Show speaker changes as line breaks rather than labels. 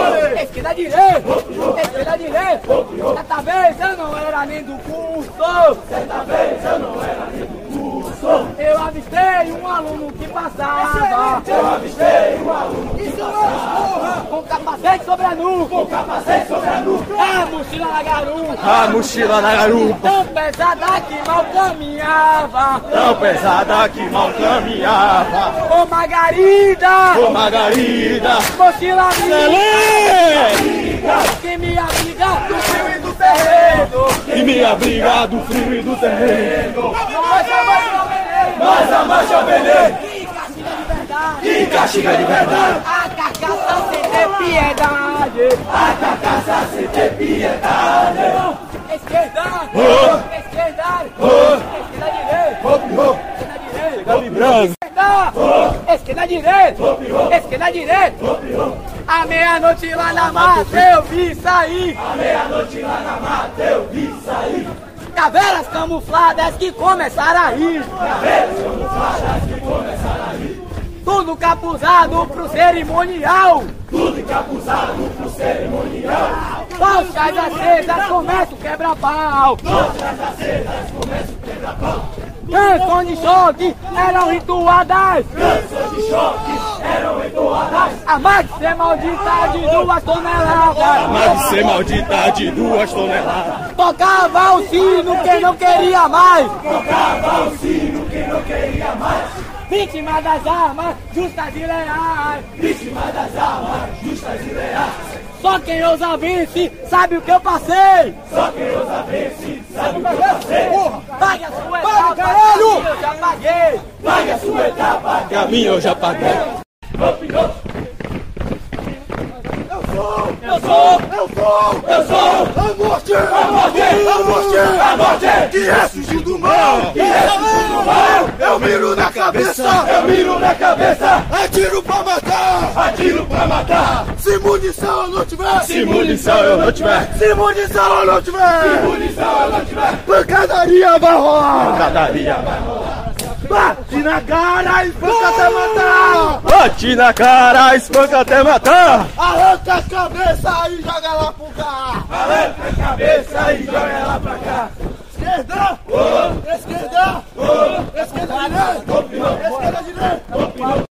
esquerda, direita, esquerda, direita. Certa vez eu não era nem do curso. Certa vez eu não era nem do curso. Eu avistei um aluno que passava.
Eu avistei um aluno que passava.
Com capacete sobre a nuca.
Com capacete sobre a nuca.
A mochila na garupa.
A mochila na garupa.
Tão pesada que mal caminhava.
Tão pesada que mal caminhava.
Ô Margarida.
Ô Margarida.
Mochila
minha.
Que me abriga do frio e do terreno.
Que me abriga do frio e do terreno.
Mas a marcha ao veneno.
Mas a marcha ao veneno.
Que castiga de verdade.
Que castiga de verdade.
A carcaça sem ter piedade.
A carcaça sem ter piedade.
Esquerda.
Ô.
Esquerda.
Ô.
Esquerda direita.
Hop, hop.
Esquerda direita.
Tá vibrando.
Esquerda! Esquerda direita! Esquerda direita! À meia-noite lá na mata eu vi sair!
À meia-noite lá na mata eu vi sair.
Caveras camufladas que começaram a rir! Tudo capuzado pro cerimonial!
Tudo encapuzado pro cerimonial.
Tochas acesas começa o quebra-pau! Canções de choque eram rituadas!
Danças de choque eram entoadas.
A máxima maldita de duas toneladas!
Mas de ser maldita de duas toneladas.
Tocava o sino que não queria mais,
Tocava o sino que não queria mais.
vítima das armas justas e leais.
Vítima das armas justas e leais.
Só quem ousa vence sabe o que eu passei.
Só quem ousa vence sabe o que fazer.
Pague a sua
Pague,
etapa,
caralho!
que eu já paguei.
Pague a sua etapa, caminho eu já paguei. Hop, hop. Eu sou,
Eu sou
eu sou,
a morte!
a morte,
A morte!
a morte,
Que ressurgiu do mal!
que ressuscita do mal.
Eu miro na cabeça!
Eu miro na cabeça,
Atiro pra matar!
atiro pra matar.
Se munição eu não tiver!
Se munição eu não tiver,
Se munição eu não
se
tiver!
munição eu não tiver,
Pancadaria vai rolar!
cadaria vai rolar.
Bate na cara e espanca até matar!
Bate na cara, espanca até matar.
Arranca a cabeça e joga lá pro carro!
Arranca a cabeça e joga ela pra cá.
Esquerda! Esquerda! Esquerda direita! Esquerda direita!